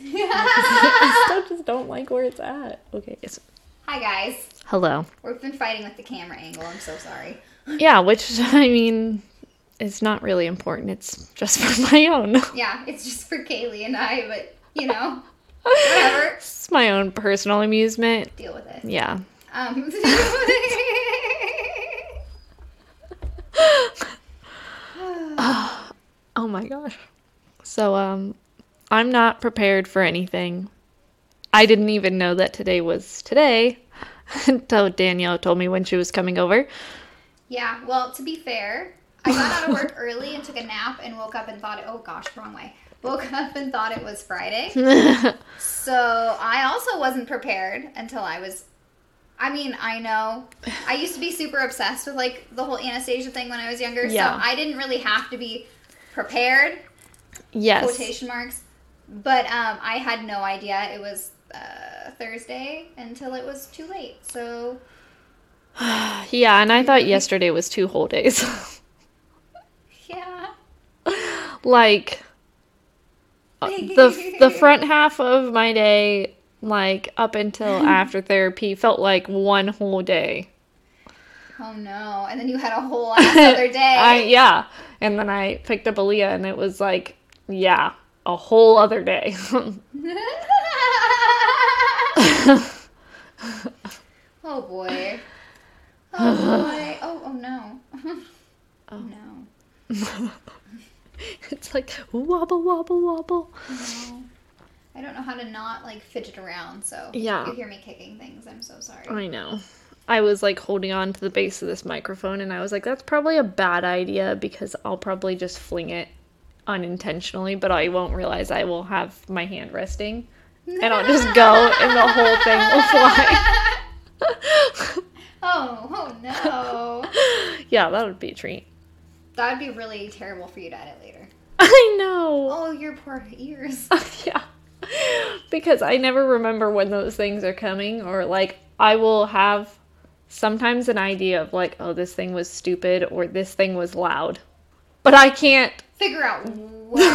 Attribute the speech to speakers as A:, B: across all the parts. A: I still just don't like where it's at. Okay. It's,
B: Hi guys.
A: hello.
B: We've been fighting with the camera angle. I'm so sorry.
A: Yeah, which, I mean, it's not really important. It's just for my own.
B: Yeah, it's just for Kaylee and I, but you know, whatever.
A: It's my own personal amusement.
B: Deal with it.
A: Yeah.
B: Um.
A: Oh my gosh. So, um, I'm not prepared for anything. I didn't even know that today was today until Danielle told me when she was coming over.
B: yeah. Well, to be fair, I got out of work early and took a nap and woke up and thought, oh gosh, wrong way. Woke up and thought it was Friday. So I also wasn't prepared until I was. I mean, I know. I used to be super obsessed with like the whole Anastasia thing when I was younger,
A: Yeah.
B: so I didn't really have to be prepared.
A: yes.
B: Quotation marks. But um, I had no idea it was uh, Thursday until it was too late. So
A: Yeah, and I thought yesterday was two whole days.
B: yeah,
A: like uh, the the front half of my day like up until after therapy felt like one whole day.
B: oh no! And then you had a whole ass other day.
A: I yeah, and then I picked up Aaliyah, and it was like, yeah, a whole other day.
B: oh boy. Oh boy. Oh, oh no. oh no.
A: it's like wobble wobble wobble.
B: No. I don't know how to not like fidget around, so
A: Yeah.
B: if you hear me kicking things. I'm so sorry.
A: I know. I was like holding on to the base of this microphone, and I was like, that's probably a bad idea because I'll probably just fling it unintentionally, but I won't realize I will have my hand resting, and I'll just go, and the whole thing will fly.
B: Oh, oh no.
A: yeah, that would be a treat.
B: that would be really terrible for you to edit later.
A: I know.
B: Oh, your poor ears.
A: yeah. Because I never remember when those things are coming, or like I will have sometimes an idea of like, oh, this thing was stupid or this thing was loud. But I can't
B: Figure out when.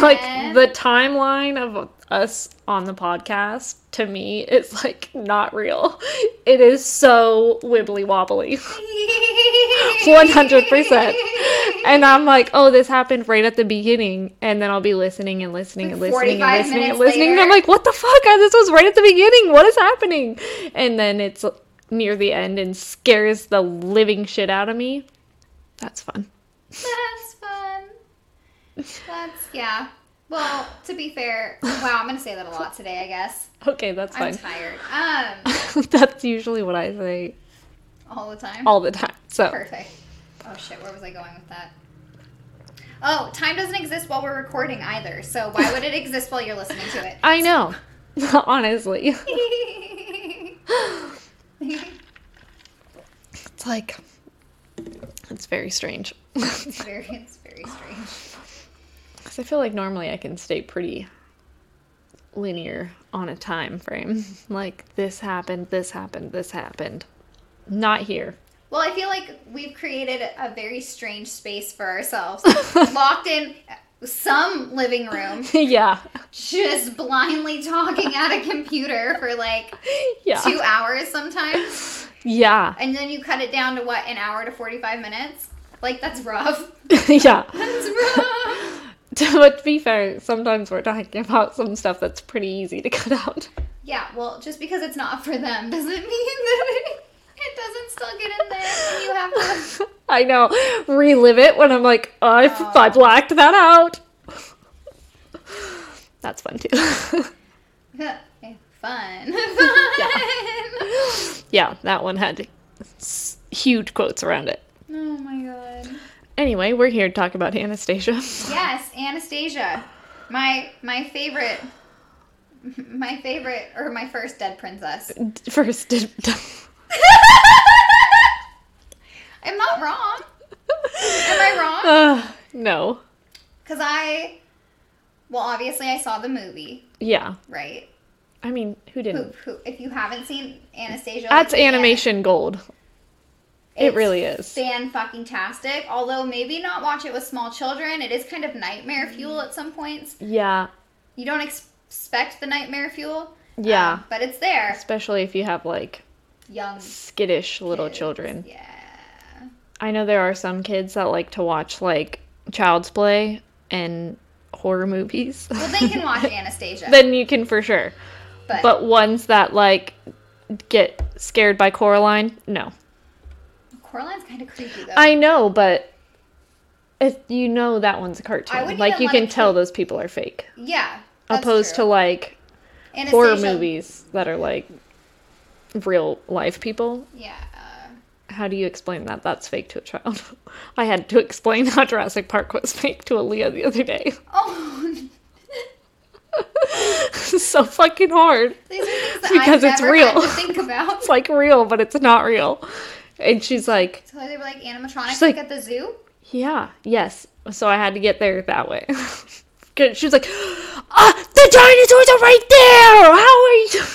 A: like the timeline of us on the podcast to me is like not real. It is so wibbly wobbly. 100%. And I'm like, oh, this happened right at the beginning. And then I'll be listening and listening and
B: Like
A: listening and
B: 45
A: listening and
B: minutes
A: listening. And I'm
B: later.
A: like, what the fuck? I- This was right at the beginning. What is happening? And then it's near the end and scares the living shit out of me. That's fun.
B: That's fun. That's yeah. Well, to be fair, wow, I'm gonna say that a lot today. I guess
A: Okay, that's
B: I'm
A: fine.
B: tired. Um,
A: that's usually what I say
B: all the time.
A: all the time. So.
B: Perfect. Oh shit, where was I going with that? Oh, time doesn't exist while we're recording either. So why would it exist while you're listening to it?
A: I know. Honestly. It's like it's very strange. Cuz
B: it's very, it's very strange.
A: I feel like normally I can stay pretty linear on a time frame. Like this happened, this happened, this happened. Not here.
B: Well, I feel like we've created a very strange space for ourselves, locked in some living room,
A: yeah.
B: just blindly talking at a computer for like
A: Yeah.
B: two hours sometimes,
A: yeah.
B: and then you cut it down to what an hour to forty-five minutes. Like that's rough.
A: yeah.
B: That's rough.
A: but to be fair, sometimes we're talking about some stuff that's pretty easy to cut out.
B: yeah. Well, just because it's not for them doesn't mean that it, it doesn't still get in there, and you have to.
A: I know. Relive it when I'm like, I, I blacked that out. That's fun too.
B: Okay, fun. fun.
A: yeah, that one had s- huge quotes around it.
B: Oh my god.
A: Anyway, we're here to talk about Anastasia.
B: Yes, Anastasia. My my favorite my favorite or my first dead princess.
A: First, did-
B: I'm not wrong. Am I wrong?
A: uh, no,
B: Cuz I well, obviously I saw the movie,
A: yeah.
B: right?
A: I mean, who didn't?
B: Who, who, if you haven't seen Anastasia,
A: That's
B: like, man,
A: animation gold. It
B: it's
A: really is.
B: Fan fucking tastic. Although maybe not watch it with small children. It is kind of nightmare fuel at some points.
A: Yeah,
B: You don't ex- expect the nightmare fuel.
A: Yeah.
B: um, but it's there.
A: Especially if you have like
B: Young
A: skittish little
B: kids.
A: children.
B: Yeah.
A: I know there are some kids that like to watch like child's play and horror movies.
B: Well, they can watch Anastasia,
A: then you can for sure.
B: but,
A: But ones that like get scared by Coraline, no.
B: Coraline's kind of creepy though.
A: I know, but it, you know that one's a cartoon.
B: wouldn't
A: Like
B: even
A: you
B: let
A: can
B: it
A: tell
B: keep-
A: those people are fake.
B: yeah. that's
A: opposed
B: true.
A: to like
B: Anastasia,
A: horror movies that are like real life people.
B: Yeah. uh,
A: How do you explain that? That's fake to a child. I had to explain how Jurassic Park was fake to Aaliyah the other day.
B: Oh,
A: It's so fucking hard.
B: these are things that
A: Because
B: I've
A: it's
B: never
A: real.
B: had to think about.
A: It's like real, but it's not real. And she's like,
B: So they were like animatronics,
A: She's
B: like,
A: like-
B: at the zoo.
A: Yeah, yes. So I had to get there that way. 'Cause she was like, ah, the dinosaurs are right there. How are you?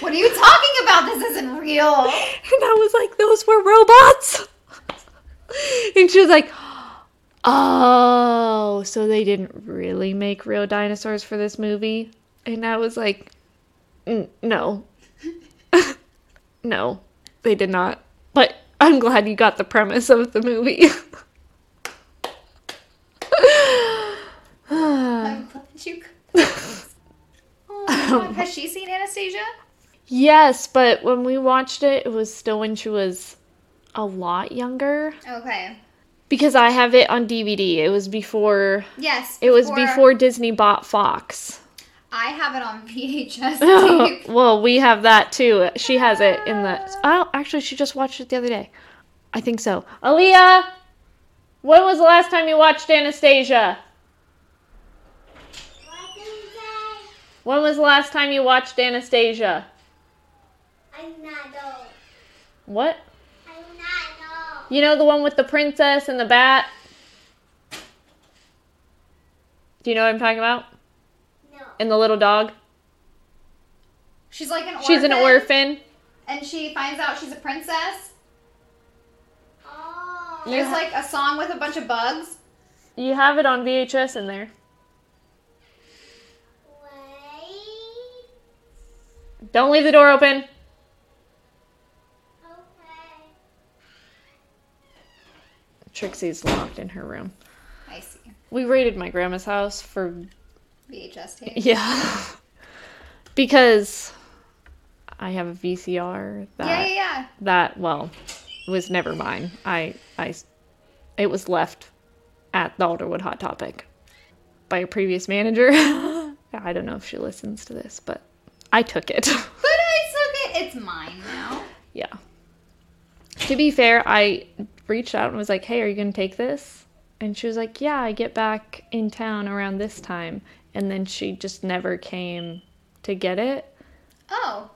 B: What are you talking about? This isn't real.
A: And I was like, those were robots. and she was like, oh, so they didn't really make real dinosaurs for this movie? And I was like, "N- no. no, they did not. But I'm glad you got the premise of the movie. Uh.
B: I'm glad you. Oh my
A: Um.
B: God. Has she seen Anastasia?
A: yes, but when we watched it, it was still when she was a lot younger.
B: Okay.
A: Because I have it on DVD. It was before
B: Yes.
A: It was before Disney bought Fox.
B: I have it on VHS tape.
A: well, we have that too. She has it in the. Oh, actually, she just watched it the other day. I think so. Aaliyah, when was the last time you watched Anastasia?
C: What do you say?
A: When was the last time you watched Anastasia?
C: I'm not old.
A: What?
C: I'm not old.
A: You know the one with the princess and the bat? Do you know what I'm talking about?
C: No.
A: And the little dog?
B: She's like an orphan.
A: She's an orphan.
B: And she finds out she's a princess.
C: Oh.
A: You
B: There's
A: ha-
B: like a song with a bunch of bugs.
A: You have it on VHS in there.
C: Wait.
A: Don't leave the door open.
C: Okay.
A: Trixie's locked in her room.
B: I see.
A: We raided my grandma's house for
B: VHS tape.
A: yeah, because I have a VCR that
B: Yeah, yeah, yeah.
A: that well was never mine. I I s- it was left at the Alderwood Hot Topic by a previous manager. I don't know if she listens to this, but I took it.
B: But I took it. It's mine now.
A: yeah. To be fair, I reached out and was like, "Hey, are you going to take this?" And she was like, "Yeah, I get back in town around this time." And then she just never came to get it.
B: Oh.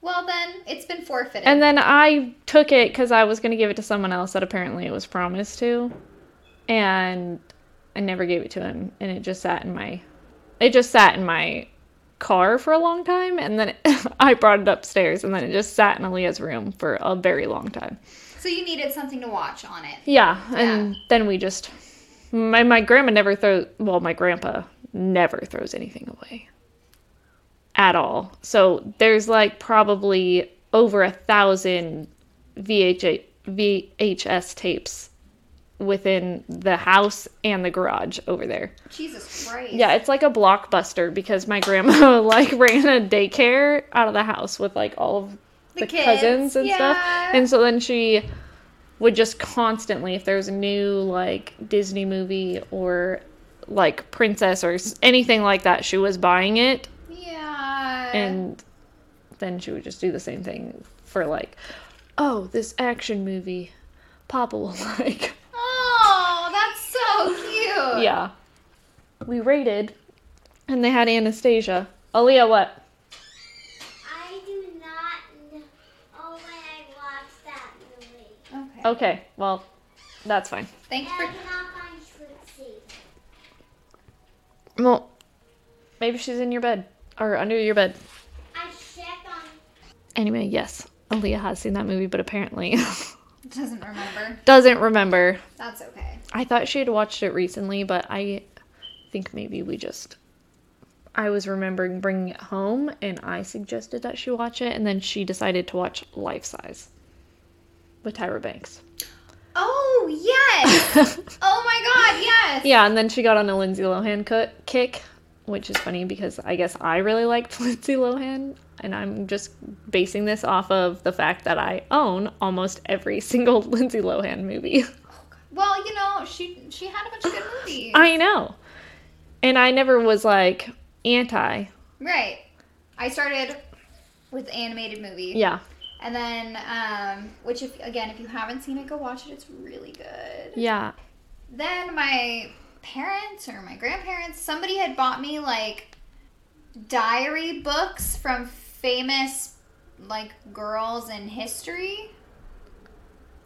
B: Well, then it's been forfeited.
A: And then I took it cuz I was going to give it to someone else that apparently it was promised to. And I never gave it to him, and it just sat in my it just sat in my car for a long time and then I brought it upstairs and then it just sat in Aaliyah's room for a very long time.
B: so you needed something to watch on it.
A: Yeah, and then we just my my grandma never throws well, my grandpa never throws anything away at all. So there's like probably over a thousand VH, VHS tapes within the house and the garage over there.
B: Jesus Christ.
A: Yeah, it's like a blockbuster because my grandma like ran a daycare out of the house with like all of
B: The
A: the,
B: kids,
A: cousins and stuff.
B: yeah.
A: And so then she would just constantly if there was a new like Disney movie or like princess or s- anything like that, she was buying it
B: Yeah.
A: and then she would just do the same thing for like oh, this action movie Papa will like.
B: Oh, that's so cute.
A: Yeah. We rated and they had Anastasia. Aaliyah what?
C: I do not know when I watched that movie.
B: Okay.
A: Okay, well, that's fine.
B: Thanks
C: And I
B: for.
C: cannot find Trixie.
A: Well, maybe she's in your bed or under your bed.
C: I checked on.
A: Anyway, yes, Aaliyah has seen that movie, but apparently
B: Doesn't remember.
A: doesn't remember.
B: That's okay.
A: I thought she had watched it recently, but I think maybe we just. I was remembering bringing it home and I suggested that she watch it and then she decided to watch Life Size with Tyra Banks.
B: Oh yes! oh my god, yes!
A: Yeah, and then she got on a Lindsay Lohan co- kick, which is funny because I guess I really liked Lindsay Lohan, and I'm just basing this off of the fact that I own almost every single Lindsay Lohan movie.
B: Well, you know, she she had a bunch of good movies.
A: I know. And I never was like anti.
B: right. I started with animated movies.
A: Yeah.
B: And then, um, which if again, if you haven't seen it, go watch it. It's really good.
A: Yeah.
B: Then my parents or my grandparents, somebody had bought me like diary books from famous like girls in history.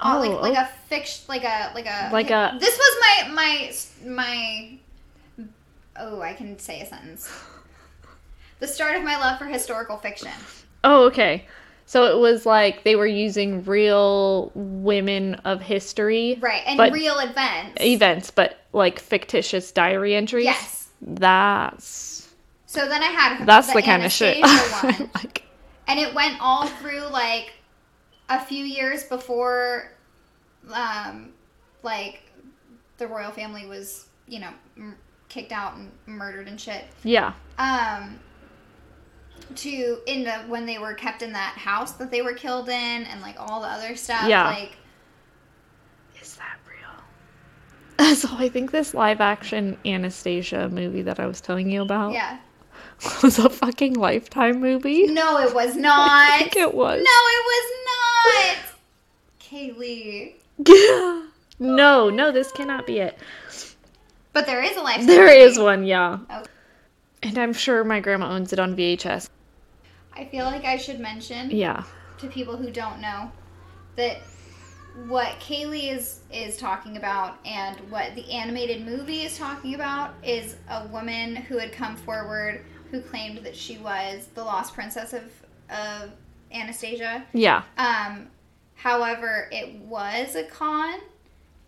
B: Oh, like like a fiction, like a like a
A: Like a-
B: This was my my my. Oh, I can say a sentence. The start of my love for historical fiction.
A: Oh, okay. So it was like they were using real women of history
B: Right, and
A: But-
B: real events.
A: events, but like fictitious diary entries.
B: Yes.
A: That's
B: So then I had
A: that's the, kind of shit.
B: Anastasia one,
A: I like.
B: and it went all through like a few years before, um, like the royal family was you know m- kicked out and murdered and shit.
A: Yeah.
B: Um, to in the when they were kept in that house that they were killed in, and like all the other stuff.
A: Yeah.
B: Like
A: Is that real? So I think this live action Anastasia movie that I was telling you about
B: yeah.
A: was a fucking lifetime movie.
B: No, it was not.
A: I think it was.
B: No, it was not. Kaylee.
A: No. no, no, this cannot be it.
B: But there is a life.
A: There is one, yeah.
B: Okay.
A: And I'm sure my grandma owns it on VHS.
B: I feel like I should mention
A: Yeah.
B: to people who don't know that what Kaylee is is talking about and what the animated movie is talking about is a woman who had come forward who claimed that she was the lost princess of of Anastasia.
A: Yeah.
B: Um, however, it was a con,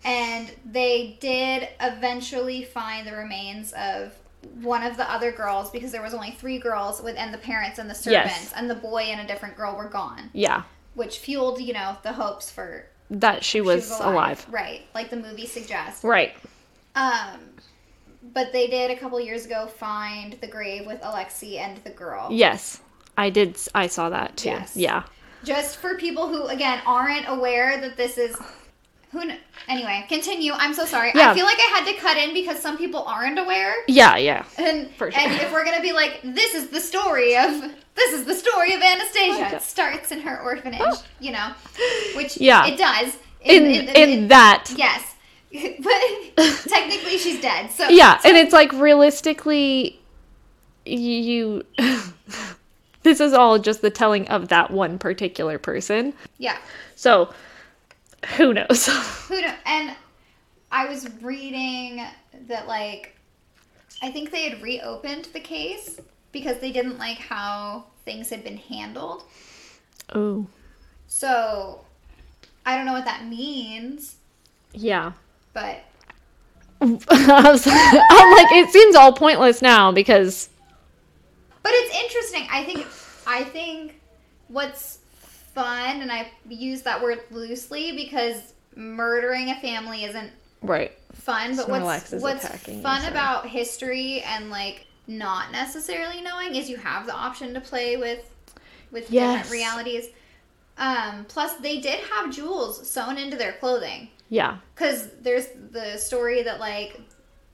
B: and they did eventually find the remains of one of the other girls because there was only three girls with and the parents and the servants and the boy and a different girl were gone,
A: Yeah.
B: which fueled you know the hopes for
A: That she
B: she
A: was, alive.
B: right? Like the movie suggests.
A: Right.
B: Um, but they did a couple years ago find the grave with Alexi and the girl.
A: Yes. I did s- I saw that too.
B: Yes.
A: Yeah.
B: just for people who again aren't aware that this is who kn- anyway continue i'm so sorry
A: Yeah.
B: i feel like i had to cut in because some people aren't aware
A: Yeah, yeah.
B: and,
A: For sure.
B: and if we're gonna be like this is the story of this is the story of anastasia
A: Okay.
B: it starts in her orphanage you know which
A: Oh. Yeah.
B: it does
A: In in, that
B: yes but technically she's dead so
A: Yeah, and it's like realistically y- you this is all just the telling of that one particular person.
B: yeah
A: So who knows?
B: Who do, and I was reading that like I think they had reopened the case because they didn't like how things had been handled.
A: oh.
B: So I don't know what that means,
A: Yeah.
B: but
A: I was- I'm like, it seems all pointless now because
B: but it's interesting. I think I think what's fun and I use that word loosely because murdering a family isn't
A: right.
B: fun, but
A: Snorlax
B: what's
A: is
B: what's
A: attacking you,
B: fun
A: so-
B: about history and like not necessarily knowing is you have the option to play with with
A: Yes.
B: different realities. Um, plus, they did have jewels sewn into their clothing
A: Yeah.
B: because there's the story that like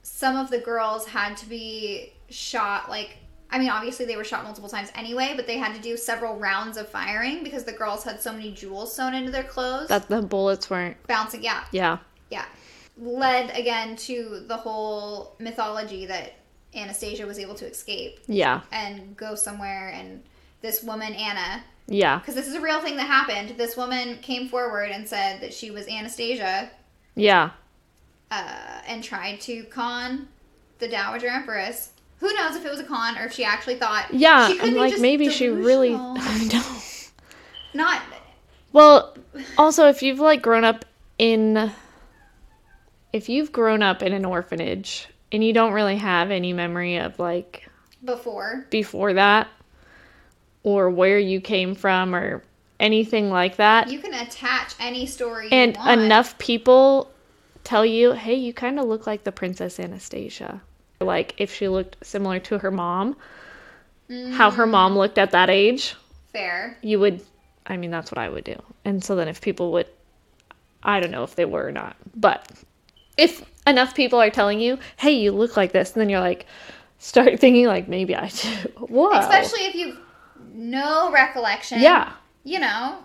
B: some of the girls had to be shot like. I mean, obviously they were shot multiple times anyway, but they had to do several rounds of firing because the girls had so many jewels sewn into their clothes,
A: That the bullets weren't
B: bouncing. Yeah,
A: yeah.
B: yeah led again to the whole mythology that anastasia was able to escape
A: Yeah.
B: and go somewhere and this woman anna
A: Yeah.
B: because this is a real thing that happened this woman came forward and said that she was anastasia
A: Yeah.
B: uh, and tried to con the dowager empress who knows if it was a con or if she actually thought
A: Yeah.
B: She could
A: and
B: be
A: like
B: just
A: maybe she really
B: delusional.
A: I know.
B: not
A: Well, also if you've like grown up in if you've grown up in an orphanage and you don't really have any memory of like
B: before.
A: before that or where you came from or anything like that.
B: You can attach any story you
A: and
B: want.
A: enough people tell you, hey, you kind of look like the Princess Anastasia. Like if she looked similar to her mom, how her mom looked at that age,
B: Fair.
A: you would, I mean, that's what I would do. And so then if people would, I don't know if they were or not, but if enough people are telling you, hey, you look like this, and then you're like, start thinking, like, maybe I do. Whoa.
B: Especially if you've no recollection.
A: Oh. yeah.
B: You know?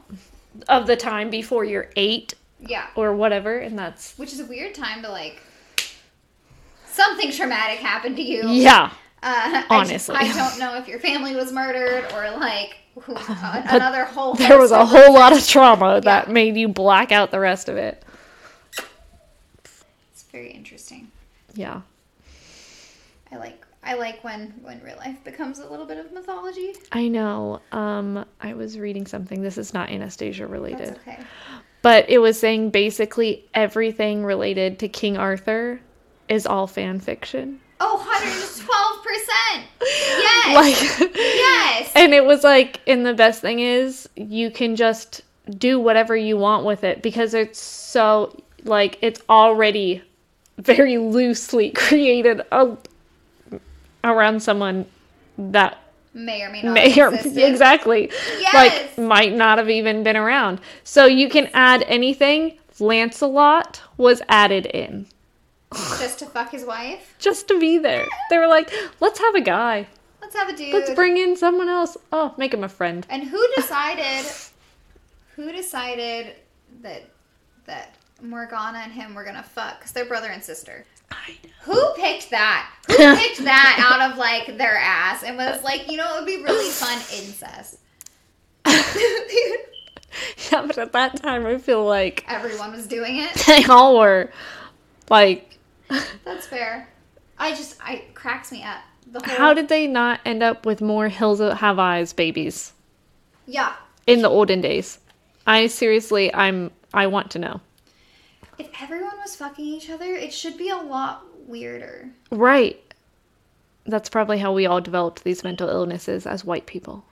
A: Of the time before you're eight
B: Yeah.
A: or whatever. And that's,
B: Which is a weird time to like. Something traumatic happened to you.
A: yeah.
B: Uh, I-
A: Honestly.
B: I, don't know if your family was murdered or like who- uh, another whole.
A: There was a
B: host
A: whole lot of trauma that made you black out the rest of it.
B: of- It's very interesting.
A: Yeah.
B: I like I like when when real life becomes a little bit of mythology.
A: I know. Um, I was reading something. This is not Anastasia
B: That's
A: related,
B: okay.
A: but it was saying basically everything related to King Arthur is all fan fiction.
B: Oh, 112 percent. Yes.
A: Like,
B: yes.
A: and it was like, and the best thing is you can just do whatever you want with it because it's so like it's already very loosely created a- around someone that
B: may or may not.
A: may or
B: exist.
A: exactly
B: Yes.
A: like might not have even been around so you can add anything lancelot was added in
B: Just to fuck his wife.
A: just to be there they were like let's have a guy
B: Let's have a dude.
A: let's bring in someone else oh make him a friend
B: And who decided? who decided that that Morgana and him were gonna fuck? Cause they're brother and sister. Who picked that? Who picked that out of like their ass and was like, you know, it would be really fun incest.
A: yeah but at that time i feel like
B: Everyone was doing it.
A: they all were like
B: That's fair. I just, I it cracks me up. The whole,
A: how did they not end up with more hills that have eyes babies
B: yeah?
A: in the olden days i seriously i'm i want to know
B: If everyone was fucking each other, it should be a lot weirder.
A: Right. That's probably how we all developed these mental illnesses as white people.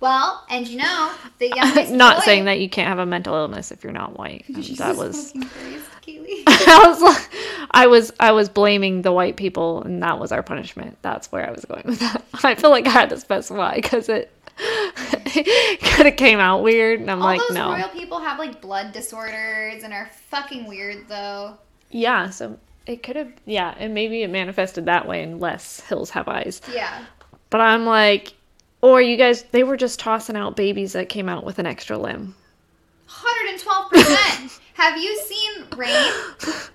B: Well, and you know, the youngest
A: not
B: boy-
A: saying that you can't have a mental illness if you're not white. Um, that
B: Jesus
A: was
B: fucking Christ, Kaylee.
A: I was like, I was I was blaming the white people and that was our punishment. That's where I was going with that. I feel like I had to specify because it kind of came out weird and I'm
B: All
A: like
B: those
A: no.
B: royal people have like blood disorders and are fucking weird though.
A: yeah, so it could have yeah, and maybe it manifested that way in less hills have eyes.
B: Yeah.
A: But I'm like, or you guys, they were just tossing out babies that came out with an extra limb.
B: 112%. have you seen Rain?
A: Uh,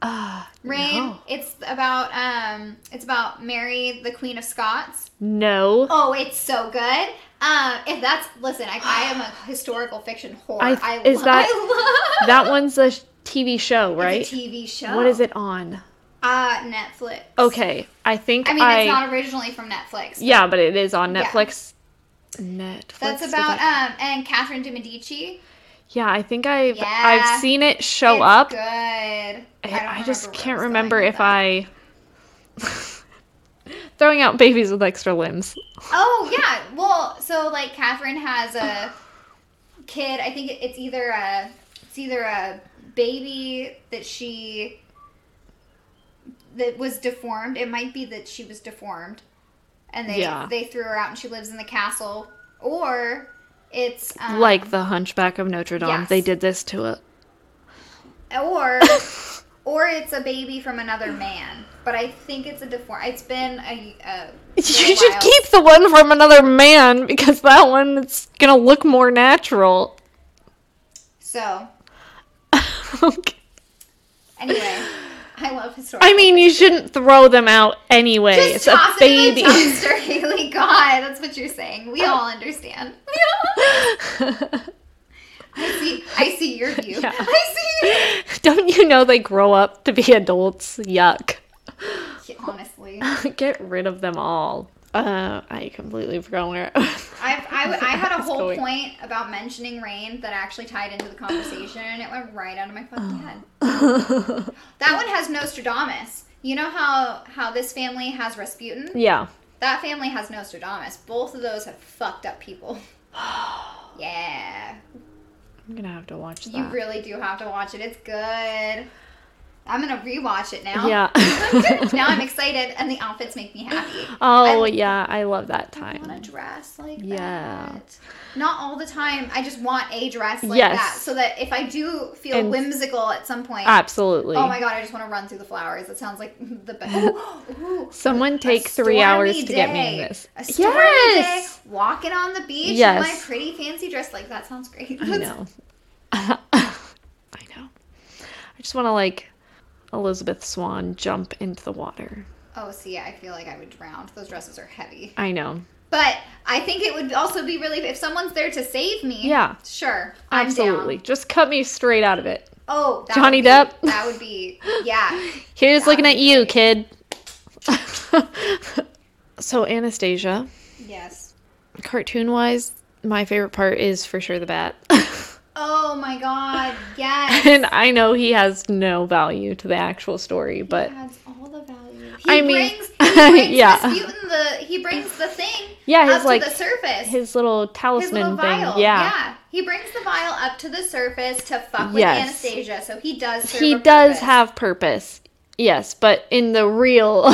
B: Ah. Rain,
A: No.
B: it's about um it's about Mary, the Queen of Scots.
A: no.
B: Oh, it's so good. Um if that's listen, I, I am a historical fiction whore. I,
A: I-
B: I
A: is
B: lo-
A: that-
B: I love
A: That one's a sh- TV show, right?
B: It's a TV show.
A: What is it on?
B: Uh Netflix.
A: Okay, I think
B: I
A: I.
B: mean, it's not originally from Netflix.
A: yeah, but it is on
B: Yeah.
A: Netflix. Netflix.
B: That's
A: is
B: about
A: that-
B: um and Catherine de Medici.
A: yeah, I think I've
B: Yeah.
A: I've seen it show
B: It's
A: up.
B: Good. I, don't
A: I, I just
B: remember where
A: can't
B: was going
A: remember
B: with
A: if
B: that.
A: I. throwing out babies with extra limbs.
B: Oh yeah. Well, so like Catherine has a kid. I think it- it's either a it's either a baby that she that was deformed. It might be that she was deformed, and they
A: Yeah.
B: they threw her out, and she lives in the castle. Or it's um,
A: like the Hunchback of Notre Dame.
B: yes.
A: They did this to it.
B: or or it's a baby from another man. But I think it's a deform. It's been a, a
A: You
B: little
A: should
B: while.
A: keep the one from another man because that one it's gonna look more natural.
B: so.
A: Okay.
B: Anyway, I love historical.
A: I mean, you shouldn't throw them out anyway.
B: Just
A: it's a
B: toss
A: baby.
B: It in the dumpster, Haley. God, that's what you're saying. We all understand. I see. I see your view.
A: Yeah.
B: I
A: Don't you know they grow up to be adults? Yuck.
B: see. Honestly,
A: Get rid of them all. Uh, I completely forgot where.
B: I've, I, w- I had a
A: It's
B: whole
A: going-
B: point about mentioning rain that actually tied into the
A: Oh.
B: conversation, and it went right out of my fucking head. That one has Nostradamus. You know how how this family has Rasputin?
A: Yeah.
B: That family has Nostradamus. Both of those have fucked up people. yeah.
A: I'm gonna have to watch that.
B: You really do have to watch it. It's good. I'm gonna rewatch it now.
A: yeah.
B: now I'm excited, and the outfits make me happy.
A: oh
B: I-
A: yeah, I love that
B: I want
A: time.
B: a dress like
A: Yeah.
B: that. Not all the time. I just want a dress like
A: Yes.
B: that, so that if I do feel
A: And-
B: whimsical at some point,
A: Absolutely.
B: oh my god, I just want to run through the flowers. That sounds like the best. Ooh, ooh,
A: Someone
B: a
A: take three hours
B: stormy
A: to get me
B: day.
A: in this.
B: A stormy
A: yes.
B: day, walking on the beach
A: Yes.
B: in my pretty fancy dress. Like that sounds great.
A: I know. I know. I just want to like Elizabeth Swan jump into the water.
B: Oh, see, I feel like I would drown. Those dresses are heavy.
A: I know.
B: But I think it would also be really if someone's there to save me.
A: Yeah.
B: Sure. I'm
A: Absolutely.
B: Down.
A: Just cut me straight out of it.
B: Oh, that
A: Johnny
B: would be-
A: Depp.
B: That would be yeah.
A: Here's
B: That
A: looking
B: would
A: at you, kid. so Anastasia,
B: Yes.
A: cartoon wise, my favorite part is for sure the bat.
B: Oh my god. Yes.
A: and I know he has no value to the actual story, but
B: he adds all the value. He
A: I mean-
B: brings, he brings
A: Yeah.
B: Rasputin the he brings the thing
A: Yeah, his,
B: up
A: like,
B: to the surface.
A: his little
B: His
A: talisman
B: little
A: thing.
B: vial.
A: Yeah.
B: He brings the vial up to the surface to fuck with
A: Yes.
B: Anastasia. So he does serve
A: He
B: a
A: does
B: purpose.
A: have purpose. Yes, but in the real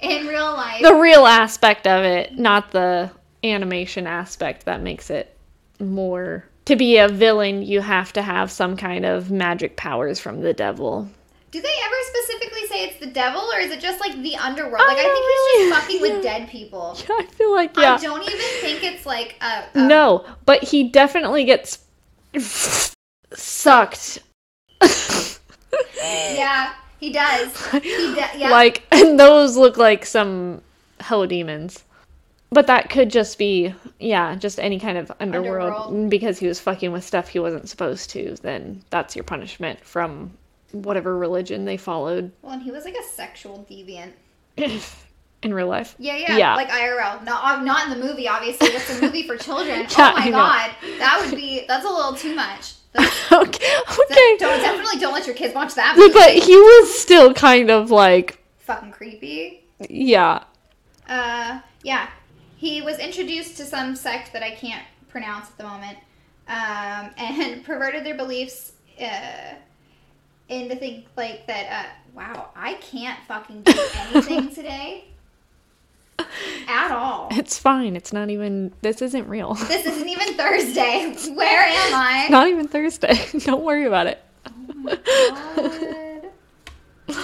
B: in real life.
A: the real aspect of it, not the animation aspect that makes it more to be a villain, you have to have some kind of magic powers from the devil.
B: Do they ever specifically say it's the devil or is it just like the underworld?
A: I
B: Like I,
A: don't
B: think
A: really-
B: he's just fucking with dead people.
A: I feel like
B: I
A: yeah.
B: don't even think it's like a, a
A: No, but he definitely gets sucked.
B: Yeah, he does. He de- yeah.
A: Like and those look like some hell demons. But that could just be yeah, just any kind of underworld,
B: Underworld.
A: because he was fucking with stuff he wasn't supposed to, then that's your punishment from whatever religion they followed
B: well, and he was like a sexual deviant.
A: in real life.
B: Yeah, yeah,
A: Yeah.
B: like IRL. No, uh, not in the movie, obviously. That's a movie for children.
A: Yeah,
B: oh my
A: I know.
B: god, that would be that's a little too much. That's,
A: okay. Okay.
B: that, don't definitely don't let your kids watch that. Movie.
A: but he was still kind of like
B: Fucking creepy.
A: yeah.
B: Uh, yeah, he was introduced to some sect that I can't pronounce at the moment, um, and perverted their beliefs uh, into think like that. Uh, wow, I can't fucking do anything today at all.
A: It's fine. It's not even this isn't real.
B: This isn't even Thursday. Where am I?
A: Not even Thursday. Don't worry about it.
B: Oh God.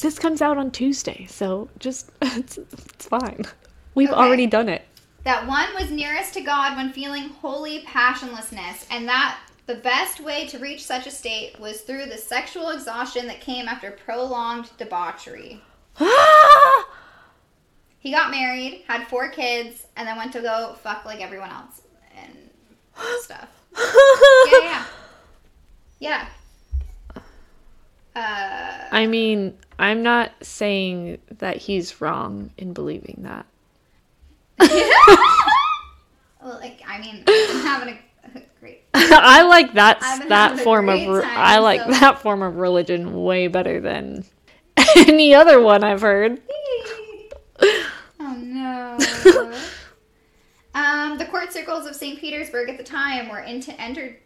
A: this comes out on Tuesday, so just it's, it's fine. We've
B: Okay.
A: already done it.
B: That one was nearest to God when feeling holy passionlessness, and that the best way to reach such a state was through the sexual exhaustion that came after prolonged debauchery. He got married, had four kids, and then went to go fuck like everyone else and stuff. Yeah, yeah, yeah. yeah. Uh,
A: I mean, I'm not saying that he's wrong in believing that.
B: Uh, well, like I mean, I'm having a great.
A: I like that
B: I've been
A: that
B: having a
A: form of
B: great
A: re-
B: time,
A: I like
B: so-
A: that form of religion way better than any other one I've heard.
B: Oh no. um, the court circles of St. Petersburg at the time were into entered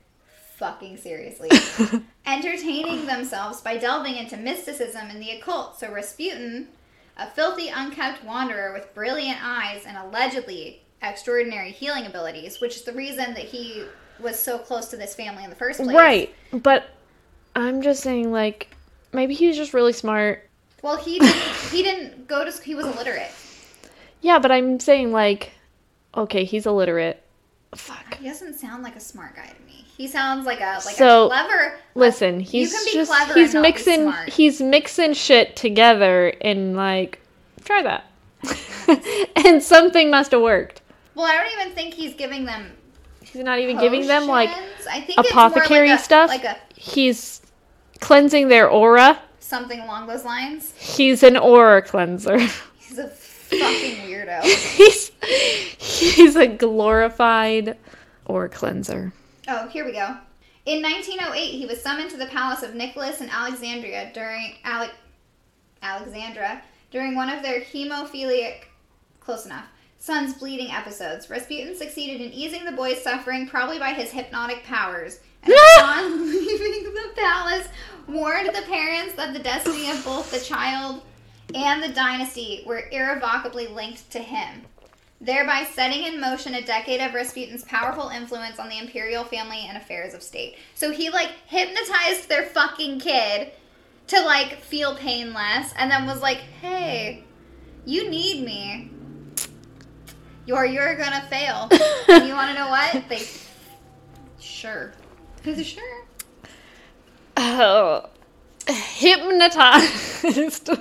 B: fucking seriously entertaining themselves by delving into mysticism and the occult. So Rasputin, a filthy, unkempt wanderer with brilliant eyes and allegedly extraordinary healing abilities, which is the reason that he was so close to this family in the first place.
A: Right. But I'm just saying like maybe he was just really smart
B: Well, he didn't, he didn't go to school. He was illiterate.
A: Yeah, but I'm saying like, okay, he's illiterate. Fuck.
B: He doesn't sound like a smart guy to me. He sounds like a like a
A: So,
B: clever.
A: Listen, he's
B: can be
A: just
B: clever
A: he's
B: and not be
A: mixing
B: smart.
A: he's mixing shit together and like try that. and something must have worked.
B: Well, I don't even think he's giving them
A: He's not even giving them like
B: potions. I think it's more like
A: apothecary
B: a-
A: stuff.
B: like a
A: he's cleansing their aura.
B: something along those lines.
A: He's an aura cleanser.
B: He's a fucking weirdo.
A: he's he's a glorified aura cleanser.
B: Oh, here we go. oh In 1908, he was summoned to the palace of Nicholas in Alexandria during Alec. Alexandra during one of their hemophiliac, close enough, son's bleeding episodes. Rasputin succeeded in easing the boy's suffering, probably by his hypnotic powers. And upon leaving the palace, warned the parents that the destiny of both the child and the dynasty were irrevocably linked to him thereby setting in motion a decade of Rasputin's powerful influence on the imperial family and affairs of state. So he like hypnotized their fucking kid to like feel pain less and then was like, "Hey, you need me. You're you're going to fail." and you want to know what? They sure. sure.
A: Oh, hypnotized.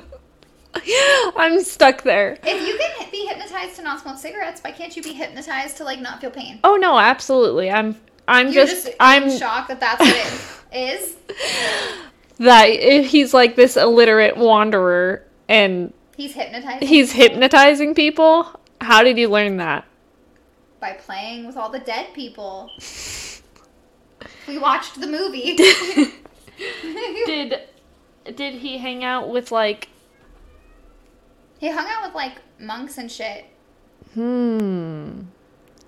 A: I'm stuck there.
B: If you can be hypnotized to not smoke cigarettes, why can't you be hypnotized to like not feel pain?
A: Oh no, absolutely. I'm I'm
B: You're
A: just,
B: just,
A: I'm
B: in shock that that's what it is.
A: that if he's like this illiterate wanderer and
B: He's hypnotized.
A: he's hypnotizing people. How did you learn that?
B: by playing with all the dead people. we watched the movie.
A: Did did he hang out with like
B: he hung out with like monks and shit.
A: hmm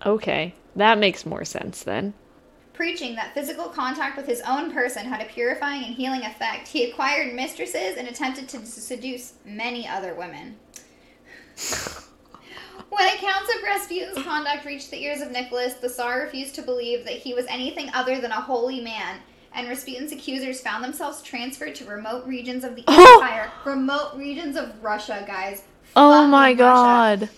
A: Okay, that makes more sense then.
B: Preaching that physical contact with his own person had a purifying and healing effect, he acquired mistresses and attempted to seduce many other women. When accounts of Rasputin's conduct reached the ears of Nicholas, the Tsar refused to believe that he was anything other than a holy man, and Rasputin's accusers found themselves transferred to remote regions of the empire, remote regions of Russia, guys.
A: Oh
B: Fucking
A: my
B: Russia.
A: god.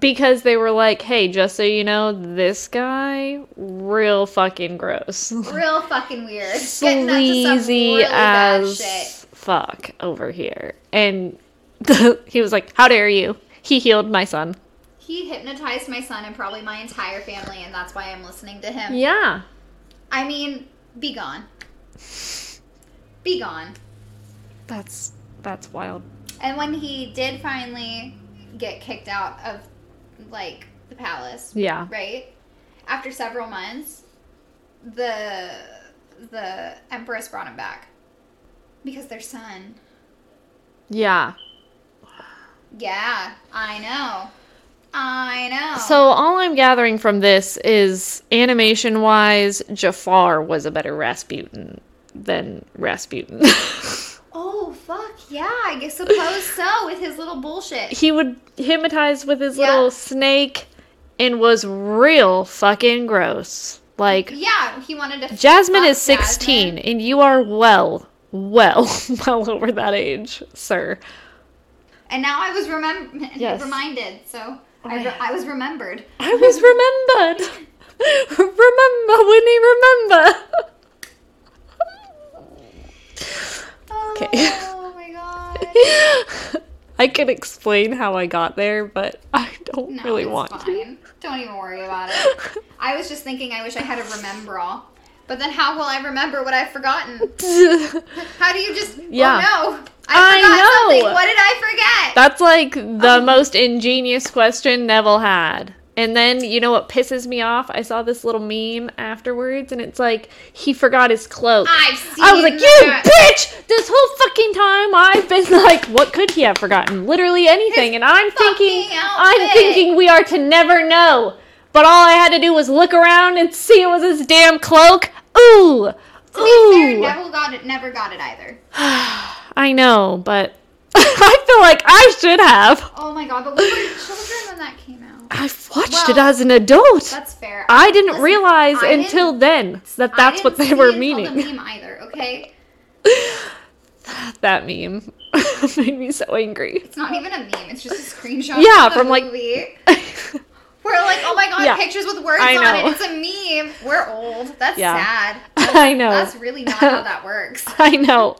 A: Because they were like, "Hey, just so you know, this guy real fucking gross."
B: Real fucking weird. Getting that to some
A: sleazy
B: really bad shit.
A: as fuck over here. And he was like, How dare you? He healed my son.
B: He hypnotized my son and probably my entire family, and that's why I'm listening to him.
A: Yeah.
B: I mean, be gone. Be gone.
A: That's that's wild.
B: And when he did finally get kicked out of, like, the palace,
A: Yeah.
B: right? After several months, the the empress brought him back because their son.
A: Yeah.
B: Yeah, I know. I know.
A: So all I'm gathering from this is animation wise, Jafar was a better Rasputin than Rasputin.
B: oh fuck yeah! I guess suppose so. With his little bullshit.
A: he would hypnotize with his
B: Yeah.
A: little snake and was real fucking gross. Like
B: Yeah, he wanted to.
A: Jasmine
B: fuck
A: is 16
B: Jasmine.
A: and you are well, well, well over that age, sir.
B: and now I was remem-
A: Yes.
B: reminded. So
A: Oh,
B: I, re-
A: yeah.
B: I was remembered.
A: I was remembered. remember, Winnie, remember. Okay.
B: Oh my god.
A: I could explain how I got there, but I don't
B: No,
A: really
B: it's
A: want to.
B: fine. Don't even worry about it. I was just thinking I wish I had a remember all. But then how will I remember what I've forgotten? How do you just
A: Yeah.
B: Oh no.
A: I
B: I forgot
A: know.
B: something. What did I forget?
A: That's like the
B: Um,
A: most ingenious question Neville had. And then you know what pisses me off? I saw this little meme afterwards, and it's like he forgot his cloak.
B: I've seen
A: I was like,
B: that.
A: you bitch! This whole fucking time I've been like, what could he have forgotten? Literally anything.
B: His
A: and I'm thinking,
B: fucking
A: I'm
B: outfit.
A: thinking we are to never know. But all I had to do was look around and see it was his damn cloak. Ooh,
B: To
A: ooh.
B: be fair, Neville got it never got it either.
A: I know, but I feel like I should have.
B: Oh my god, but we were children when that came out.
A: I've watched it
B: Well,
A: as an adult.
B: That's fair.
A: I didn't
B: Listen,
A: realize
B: I didn't-
A: until then that
B: I
A: that's what
B: didn't
A: they
B: see
A: were
B: it until the
A: meaning.
B: meme either, okay?
A: That meme made me so angry.
B: It's not even a meme, it's just a screenshot
A: Yeah,
B: of the
A: from, like-
B: movie. We're like, oh my god,
A: Yeah.
B: pictures with words
A: I
B: on
A: know.
B: it. It's a meme. We're old. That's
A: Yeah.
B: sad.
A: I know.
B: That's really not how that works.
A: I know.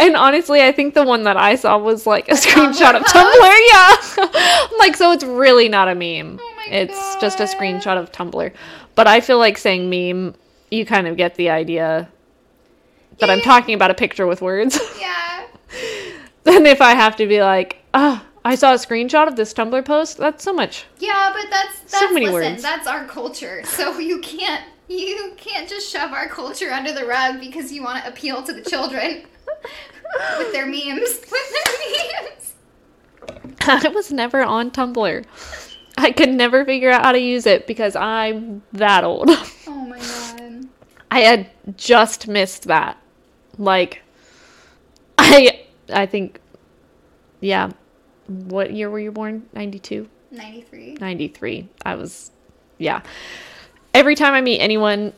A: And honestly, I think the one that I saw was like a screenshot of
B: post?
A: Tumblr. Yeah. I'm like, so it's really not a meme.
B: Oh my
A: it's just a
B: God.
A: screenshot of Tumblr. But I feel like saying meme, you kind of get the idea that
B: Yeah,
A: I'm
B: yeah.
A: talking about a picture with words.
B: Yeah.
A: Then if I have to be like, ah, I saw a screenshot of this Tumblr post, that's so much.
B: Yeah, but that's that's
A: many
B: listen,
A: words.
B: that's our culture. So you can't You can't just shove our culture under the rug because you want to appeal to the children with their memes. With their memes.
A: I was never on Tumblr. I could never figure out how to use it because I'm that old.
B: Oh my god.
A: I had just missed that. Like I I think yeah. What year were you born? 92,
B: 93.
A: 93. I was yeah. Every time I meet anyone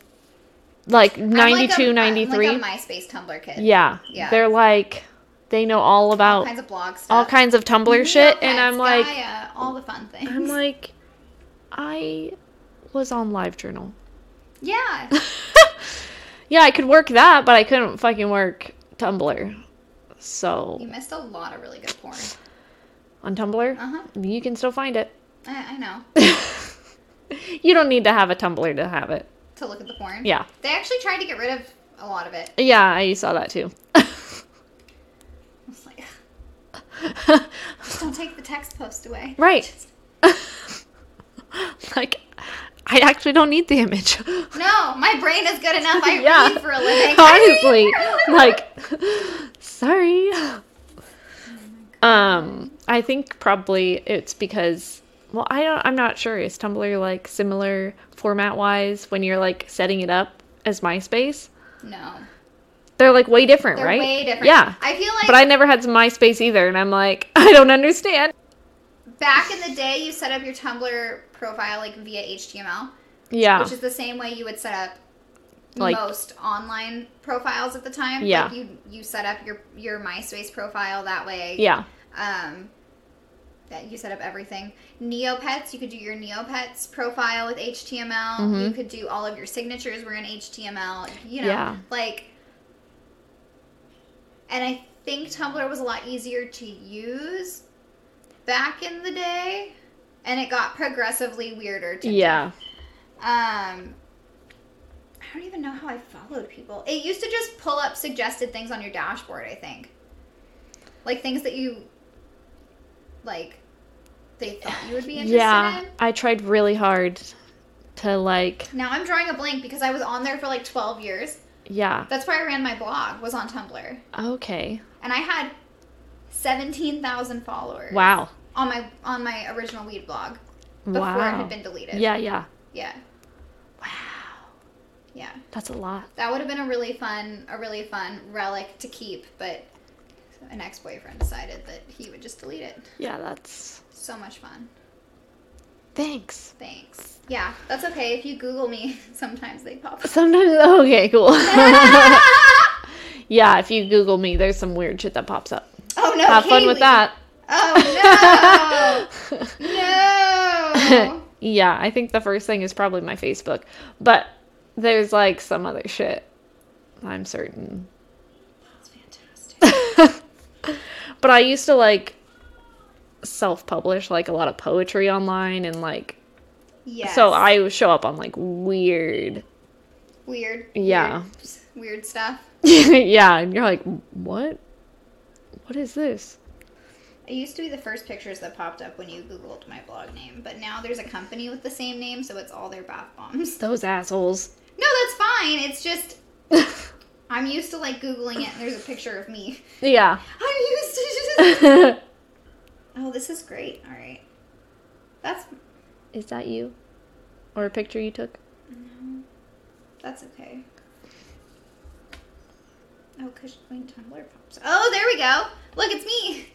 A: like
B: I'm
A: 92,
B: like a,
A: 93.
B: I'm like a MySpace Tumblr kid.
A: yeah.
B: Yeah.
A: They're like they know all
B: All
A: about
B: kinds of blog stuff.
A: all kinds of Tumblr
B: Neopets,
A: shit and I'm like
B: Gaia, all the fun things.
A: I'm like, I was on LiveJournal.
B: yeah.
A: yeah, I could work that, but I couldn't fucking work Tumblr. So
B: You missed a lot of really good porn.
A: on Tumblr,
B: Uh huh.
A: you can still find it.
B: I, I know.
A: You don't need to have a Tumblr to have it.
B: To look at the porn.
A: Yeah,
B: They actually tried to get rid of a lot of it.
A: yeah, I saw that too.
B: I was like, just don't take the text post away.
A: right. like, I actually don't need the image.
B: No, my brain is good enough. I
A: Yeah.
B: read for a living.
A: honestly like sorry um i think probably it's because well i don't i'm not sure is tumblr like similar format wise when you're like setting it up as myspace
B: No,
A: they're like way different
B: they're
A: right
B: way different.
A: yeah
B: I feel like
A: but i never had myspace either and i'm like i don't understand
B: back in the day, you set up your Tumblr profile like via HTML,
A: yeah
B: which is the same way you would set up
A: Ah. Like-
B: most online profiles at the time.
A: Yeah.
B: like you you set up your your MySpace profile that way.
A: yeah
B: um that you set up everything neopets you could do your neopets profile with html
A: Mm-hmm.
B: you could do all of your signatures were in html you know
A: Yeah.
B: like and i think tumblr was a lot easier to use back in the day and it got progressively weirder to
A: yeah
B: um i don't even know how i followed people it used to just pull up suggested things on your dashboard i think like things that you like they thought you would be interested
A: yeah
B: in
A: i tried really hard to like
B: now i'm drawing a blank because i was on there for like 12 years
A: yeah
B: that's where i ran my blog was on tumblr
A: okay
B: and i had 17000 followers
A: wow
B: on my on my original weed blog before it
A: wow
B: had been deleted
A: yeah yeah
B: yeah yeah
A: That's a lot.
B: That would have been a really fun, a really fun relic to keep, but an ex-boyfriend decided that he would just delete it.
A: Yeah, that's.
B: So much fun.
A: Thanks.
B: Thanks. Yeah, that's okay. If you Google me, sometimes they pop up.
A: Sometimes. Okay, cool. yeah, if you Google me, there's some weird shit that pops up.
B: oh no!
A: Have fun with
B: Kaylee.
A: that.
B: Oh no! no!
A: yeah, I think the first thing is probably my Facebook, but there's like some other shit. I'm certain.
B: That's fantastic.
A: But I used to like self publish like a lot of poetry online and like.
B: Yes.
A: So I would show up on like weird.
B: weird.
A: Yeah.
B: Weird, weird stuff.
A: yeah, and you're like, what? What is this?
B: It used to be the first pictures that popped up when you Googled my blog name, but now there's a company with the same name, so it's all their bath bombs.
A: Those assholes.
B: No, that's fine. It's just I'm used to like googling it and there's a picture of me.
A: Yeah.
B: I'm used to just
A: Is
B: Oh, this is great. All right. That's
A: that you? Or a picture you took?
B: that's okay. Oh, cuz when Tumblr pops. Oh, there we go. Look, it's me.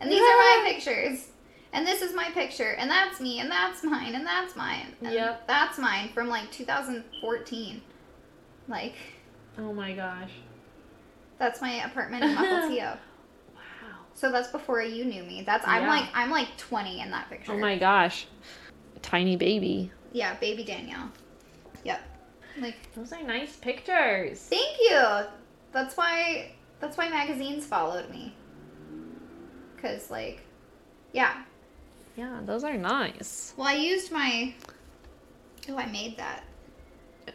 B: And these are my pictures. And this is my picture. And that's me. And that's mine. And that's mine. And
A: Yep.
B: That's mine from like 2014. Like
A: Oh my gosh.
B: that's my apartment in Mapleteo.
A: Wow.
B: So that's before you knew me. That's I'm
A: Yeah.
B: like I'm like 20 in that picture.
A: Oh my gosh. Tiny baby.
B: Yeah, baby Danielle. Yep. Like
A: Those are nice pictures.
B: thank you. That's why that's why magazines followed me. Cuz like yeah.
A: Yeah, those are nice.
B: Well, I used my Oh, I made that.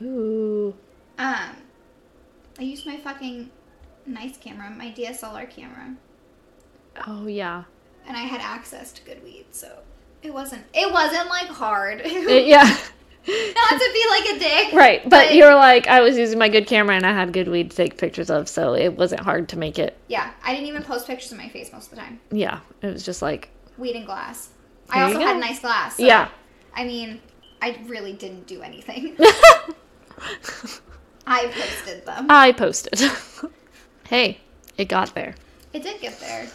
A: Ooh.
B: Um I used my fucking nice camera, my DSLR camera,
A: Oh yeah.
B: and I had access to good weed, so it wasn't it wasn't like hard.
A: It- yeah.
B: Not to be like a dick.
A: Right, but, you're like, I was using my good camera and I had good weed to take pictures of, so it wasn't hard to make it.
B: Yeah, I didn't even post pictures of my face most of the time.
A: Yeah, it was just like,
B: Weed and glass. I
A: There
B: also
A: you
B: had
A: go.
B: nice glass. so,
A: yeah,
B: I mean, I really didn't do anything. I posted them.
A: I posted. hey, it got there.
B: It did get there.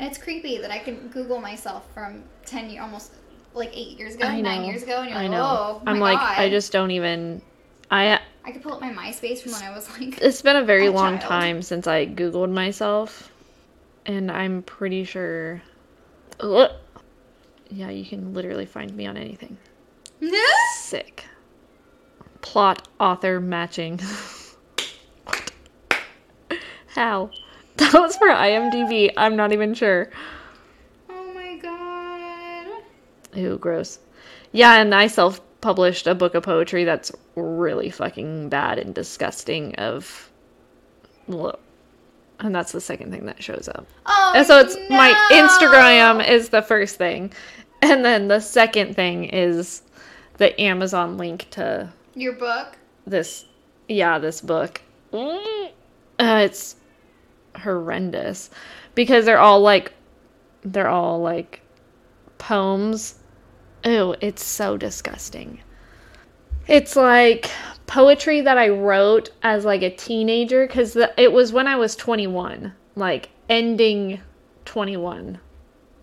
B: And it's creepy that I could Google myself from 10 year almost like eight years ago,
A: I know.
B: Oh, nine years ago, and you're
A: I
B: like,
A: know.
B: oh,
A: I'm
B: my
A: like,
B: God.
A: I just don't even. I.
B: I could pull up my MySpace from when I was like,
A: It's been a very
B: A
A: long
B: child.
A: time since I Googled myself, and I'm pretty sure. Ugh. Yeah, you can literally find me on anything. Sick. Plot author matching. How? That was for IMDb. I'm not even sure.
B: oh my God.
A: Ew, gross. Yeah, and I self published a book of poetry that's really fucking bad and disgusting of Ugh. and that's the second thing that shows up.
B: Oh,
A: And so it's my
B: no.
A: Instagram is the first thing. And then the second thing is the Amazon link to
B: Your book.
A: this yeah, this book. Mm. Uh, it's horrendous because they're all like they're all like poems. Ew, it's so disgusting. It's like poetry that I wrote as like a teenager cuz it was when I was 21, like ending 21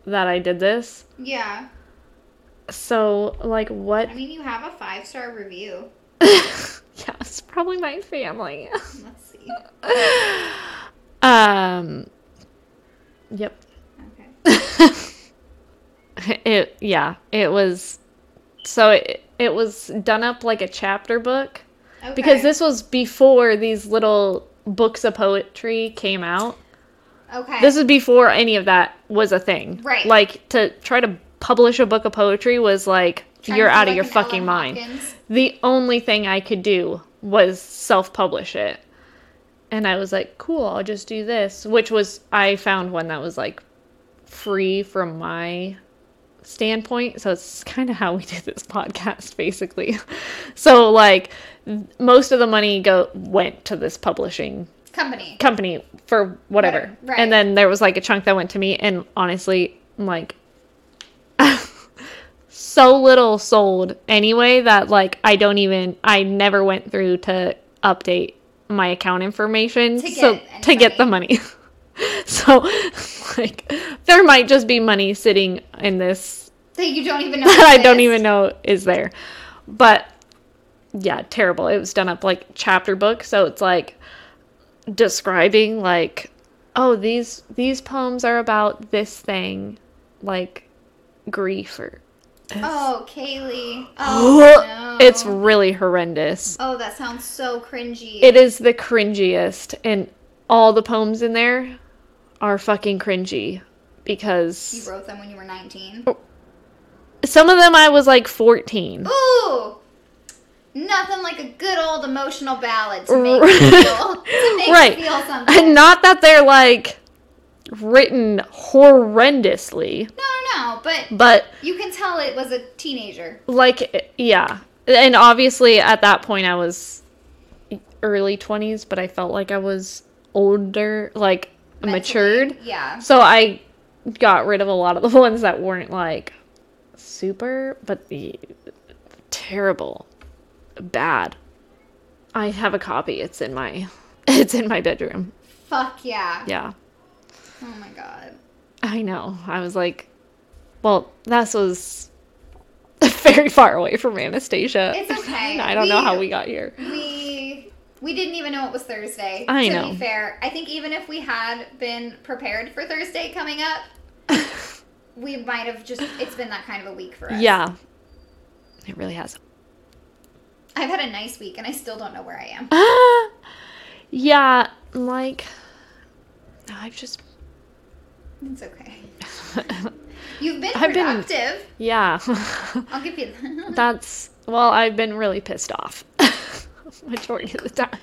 A: that I did this.
B: Yeah.
A: So like what
B: I mean, you have a five star review.
A: yeah, it's probably my family.
B: Let's see.
A: Um. Yep.
B: Okay.
A: It. Yeah. It was. So it it was done up like a chapter book
B: okay.
A: because this was before these little books of poetry came out.
B: Okay.
A: This is before any of that was a thing.
B: Right.
A: Like to try to publish a book of poetry was like
B: Trying to
A: you're
B: be
A: out
B: like
A: of your
B: an
A: fucking
B: Ellen
A: mind.
B: Hopkins.
A: the only thing I could do was self publish it. And I was like, cool, I'll just do this. Which was, I found one that was like free from my standpoint. So it's kind of how we did this podcast, basically. So, like, th- most of the money go went to this publishing
B: Company.
A: company for whatever.
B: Whatever, right.
A: And then there was like a chunk that went to me. And honestly, I'm like, so little sold anyway that like I don't even, I never went through to update my account information
B: To
A: so
B: get
A: to
B: any
A: get the money. so like there might just be money sitting in this
B: That you don't even know.
A: that I don't
B: exists.
A: even know is there. But yeah, terrible. It was done up like chapter book, so it's like describing like oh, these these poems are about this thing like grief or
B: Oh, Kaylee. Oh, no.
A: it's really horrendous.
B: Oh, that sounds so cringy.
A: It is the cringiest and all the poems in there are fucking cringy
B: you
A: because
B: wrote them when you were 19.
A: some of them I was like 14.
B: Ooh! Nothing like a good old emotional ballad to make you feel, to make
A: right.
B: you feel something.
A: And not that they're like written horrendously,
B: No, no, no, but
A: but
B: you can tell it was a teenager.
A: like, yeah. And obviously, at that point, I was early 20s, but I felt like I was older, like
B: mentally.
A: matured.
B: Yeah.
A: So I got rid of a lot of the ones that weren't like super, but the terrible, bad. I have a copy. It's in my it's in my bedroom.
B: Fuck yeah.
A: Yeah.
B: Oh my god.
A: I know. I was like, well, this was very far away from Anastasia.
B: It's okay.
A: I don't know
B: We-
A: how we got here.
B: We we didn't even know it was Thursday.
A: I
B: to
A: know.
B: be fair, I think even if we had been prepared for Thursday coming up, we might have just it's been that kind of a week for us.
A: Yeah. It really has.
B: I've had a nice week and I still don't know where I am.
A: yeah, like I've just
B: It's okay. You've been
A: I've been-
B: productive.
A: yeah.
B: I'll give you that.
A: That's well, I've been really pissed off majority of the time.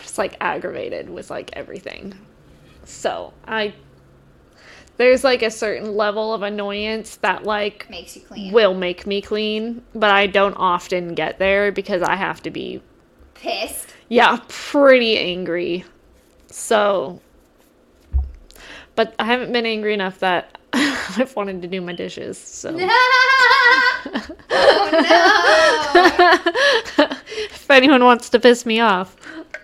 A: Just like aggravated with like everything. So I There's like a certain level of annoyance that like
B: Makes you clean.
A: will make me clean, but I don't often get there because I have to be
B: Pissed.
A: yeah, pretty angry. So, but I haven't been angry enough that I've wanted to do my dishes. So,
B: oh no!
A: if anyone wants to piss me off,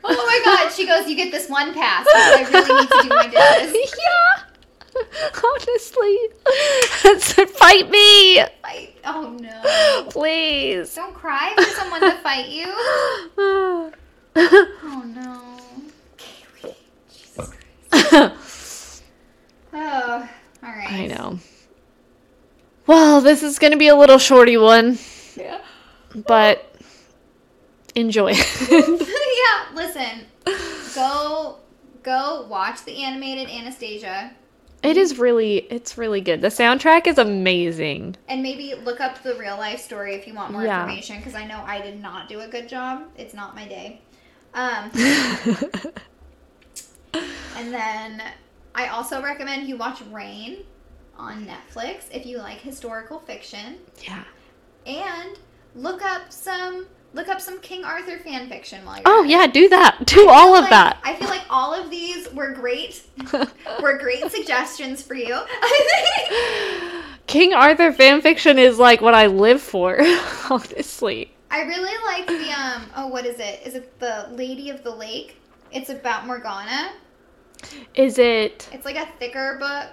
B: Oh my god, she goes, You get this one pass. because Oh, I really need to do my dishes.
A: yeah, honestly, So fight me,
B: Like, oh no.
A: please.
B: Don't cry for someone to fight you. Oh no. Kaylee. Jesus Christ. Oh, alright.
A: I know. Well, this is going to be a little shorty one,
B: Yeah.
A: but enjoy it.
B: yeah, listen. Go go watch the animated Anastasia
A: It is really, it's really good. The soundtrack is amazing.
B: and maybe look up the real life story if you want more
A: Yeah.
B: information because I know I did not do a good job. It's not my day. Um And then I also recommend you watch Rain on Netflix if you like historical fiction.
A: yeah.
B: And look up some look up some King Arthur fan fiction while you're
A: Oh
B: at it.
A: yeah, do that. Do all of
B: Like,
A: that.
B: I feel like all of these were great were great suggestions for you. I
A: King Arthur fanfiction is like what I live for, honestly.
B: really like the um oh what is it? Is it the Lady of the Lake? It's about Morgana.
A: Is it?
B: It's like a thicker book.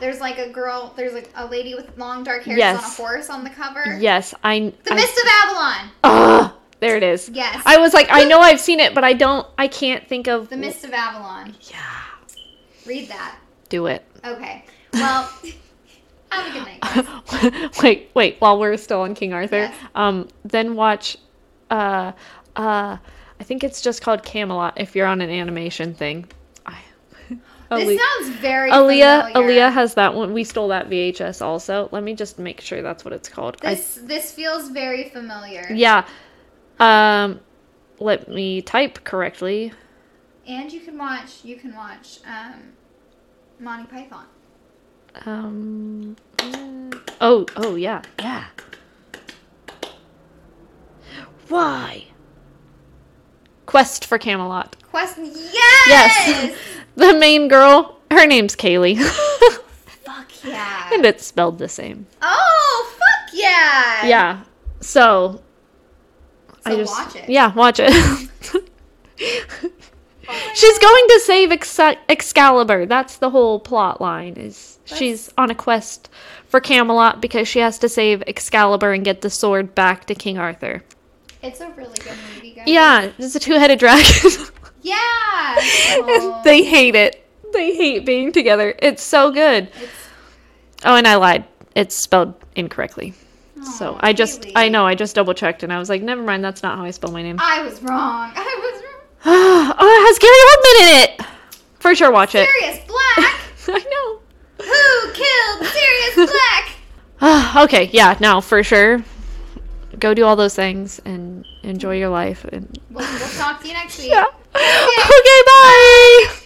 B: There's like a girl, there's like a lady with long dark hair she's on a
A: Yes.
B: horse on the cover.
A: Yes, I.
B: The
A: I-
B: Mist of Avalon.
A: Ugh, there it is.
B: Yes.
A: I was like, I know I've seen it, but I don't. I can't think of.
B: the Mist of Avalon.
A: Yeah.
B: Read that.
A: Do it.
B: Okay. Well, have a good night. guys.
A: wait, wait. While we're still on King Arthur,
B: Yes.
A: um, then watch. Uh, uh, I think it's just called Camelot. If you're on an animation thing, I. oh, Ale-
B: This sounds very
A: Aaliyah,
B: familiar.
A: Aaliyah has that one. We stole that VHS also. Let me just make sure that's what it's called. I-
B: This this feels very familiar.
A: yeah. Um, let me type correctly.
B: And you can watch you can watch um, Monty Python.
A: Um, uh, oh, oh, yeah, yeah. Why? Quest for Camelot.
B: Quest. Yes.
A: Yes. the main girl, her name's Kaylee,
B: Fuck yeah.
A: and it's spelled the same.
B: Oh fuck yeah.
A: Yeah. So,
B: So watch it. Oh
A: Yeah, watch it. she's going to save Exca- Excalibur. That's the whole plot line. Is she's on a quest for Camelot because she has to save Excalibur and get the sword back to King Arthur.
B: It's a really good movie, guys.
A: Yeah, it's a two-headed dragon.
B: Yeah.
A: And
B: Oh,
A: they hate it. They hate being together. It's so good.
B: it's-
A: Oh, and I lied. It's spelled incorrectly. so
B: Aw,
A: I just, I
B: Kaylee.
A: know, I just double checked and I was like, never mind, that's not how I spell my name.
B: I was wrong. I was wrong.
A: oh, it has Gary Oldman in it. For sure, watch it.
B: Sirius Black.
A: I know.
B: Who killed Sirius Black?
A: Ah, okay, yeah, no, for sure. Go do all those things and enjoy your life. And
B: We'll, we'll talk to you next week.
A: yeah. Okay, bye.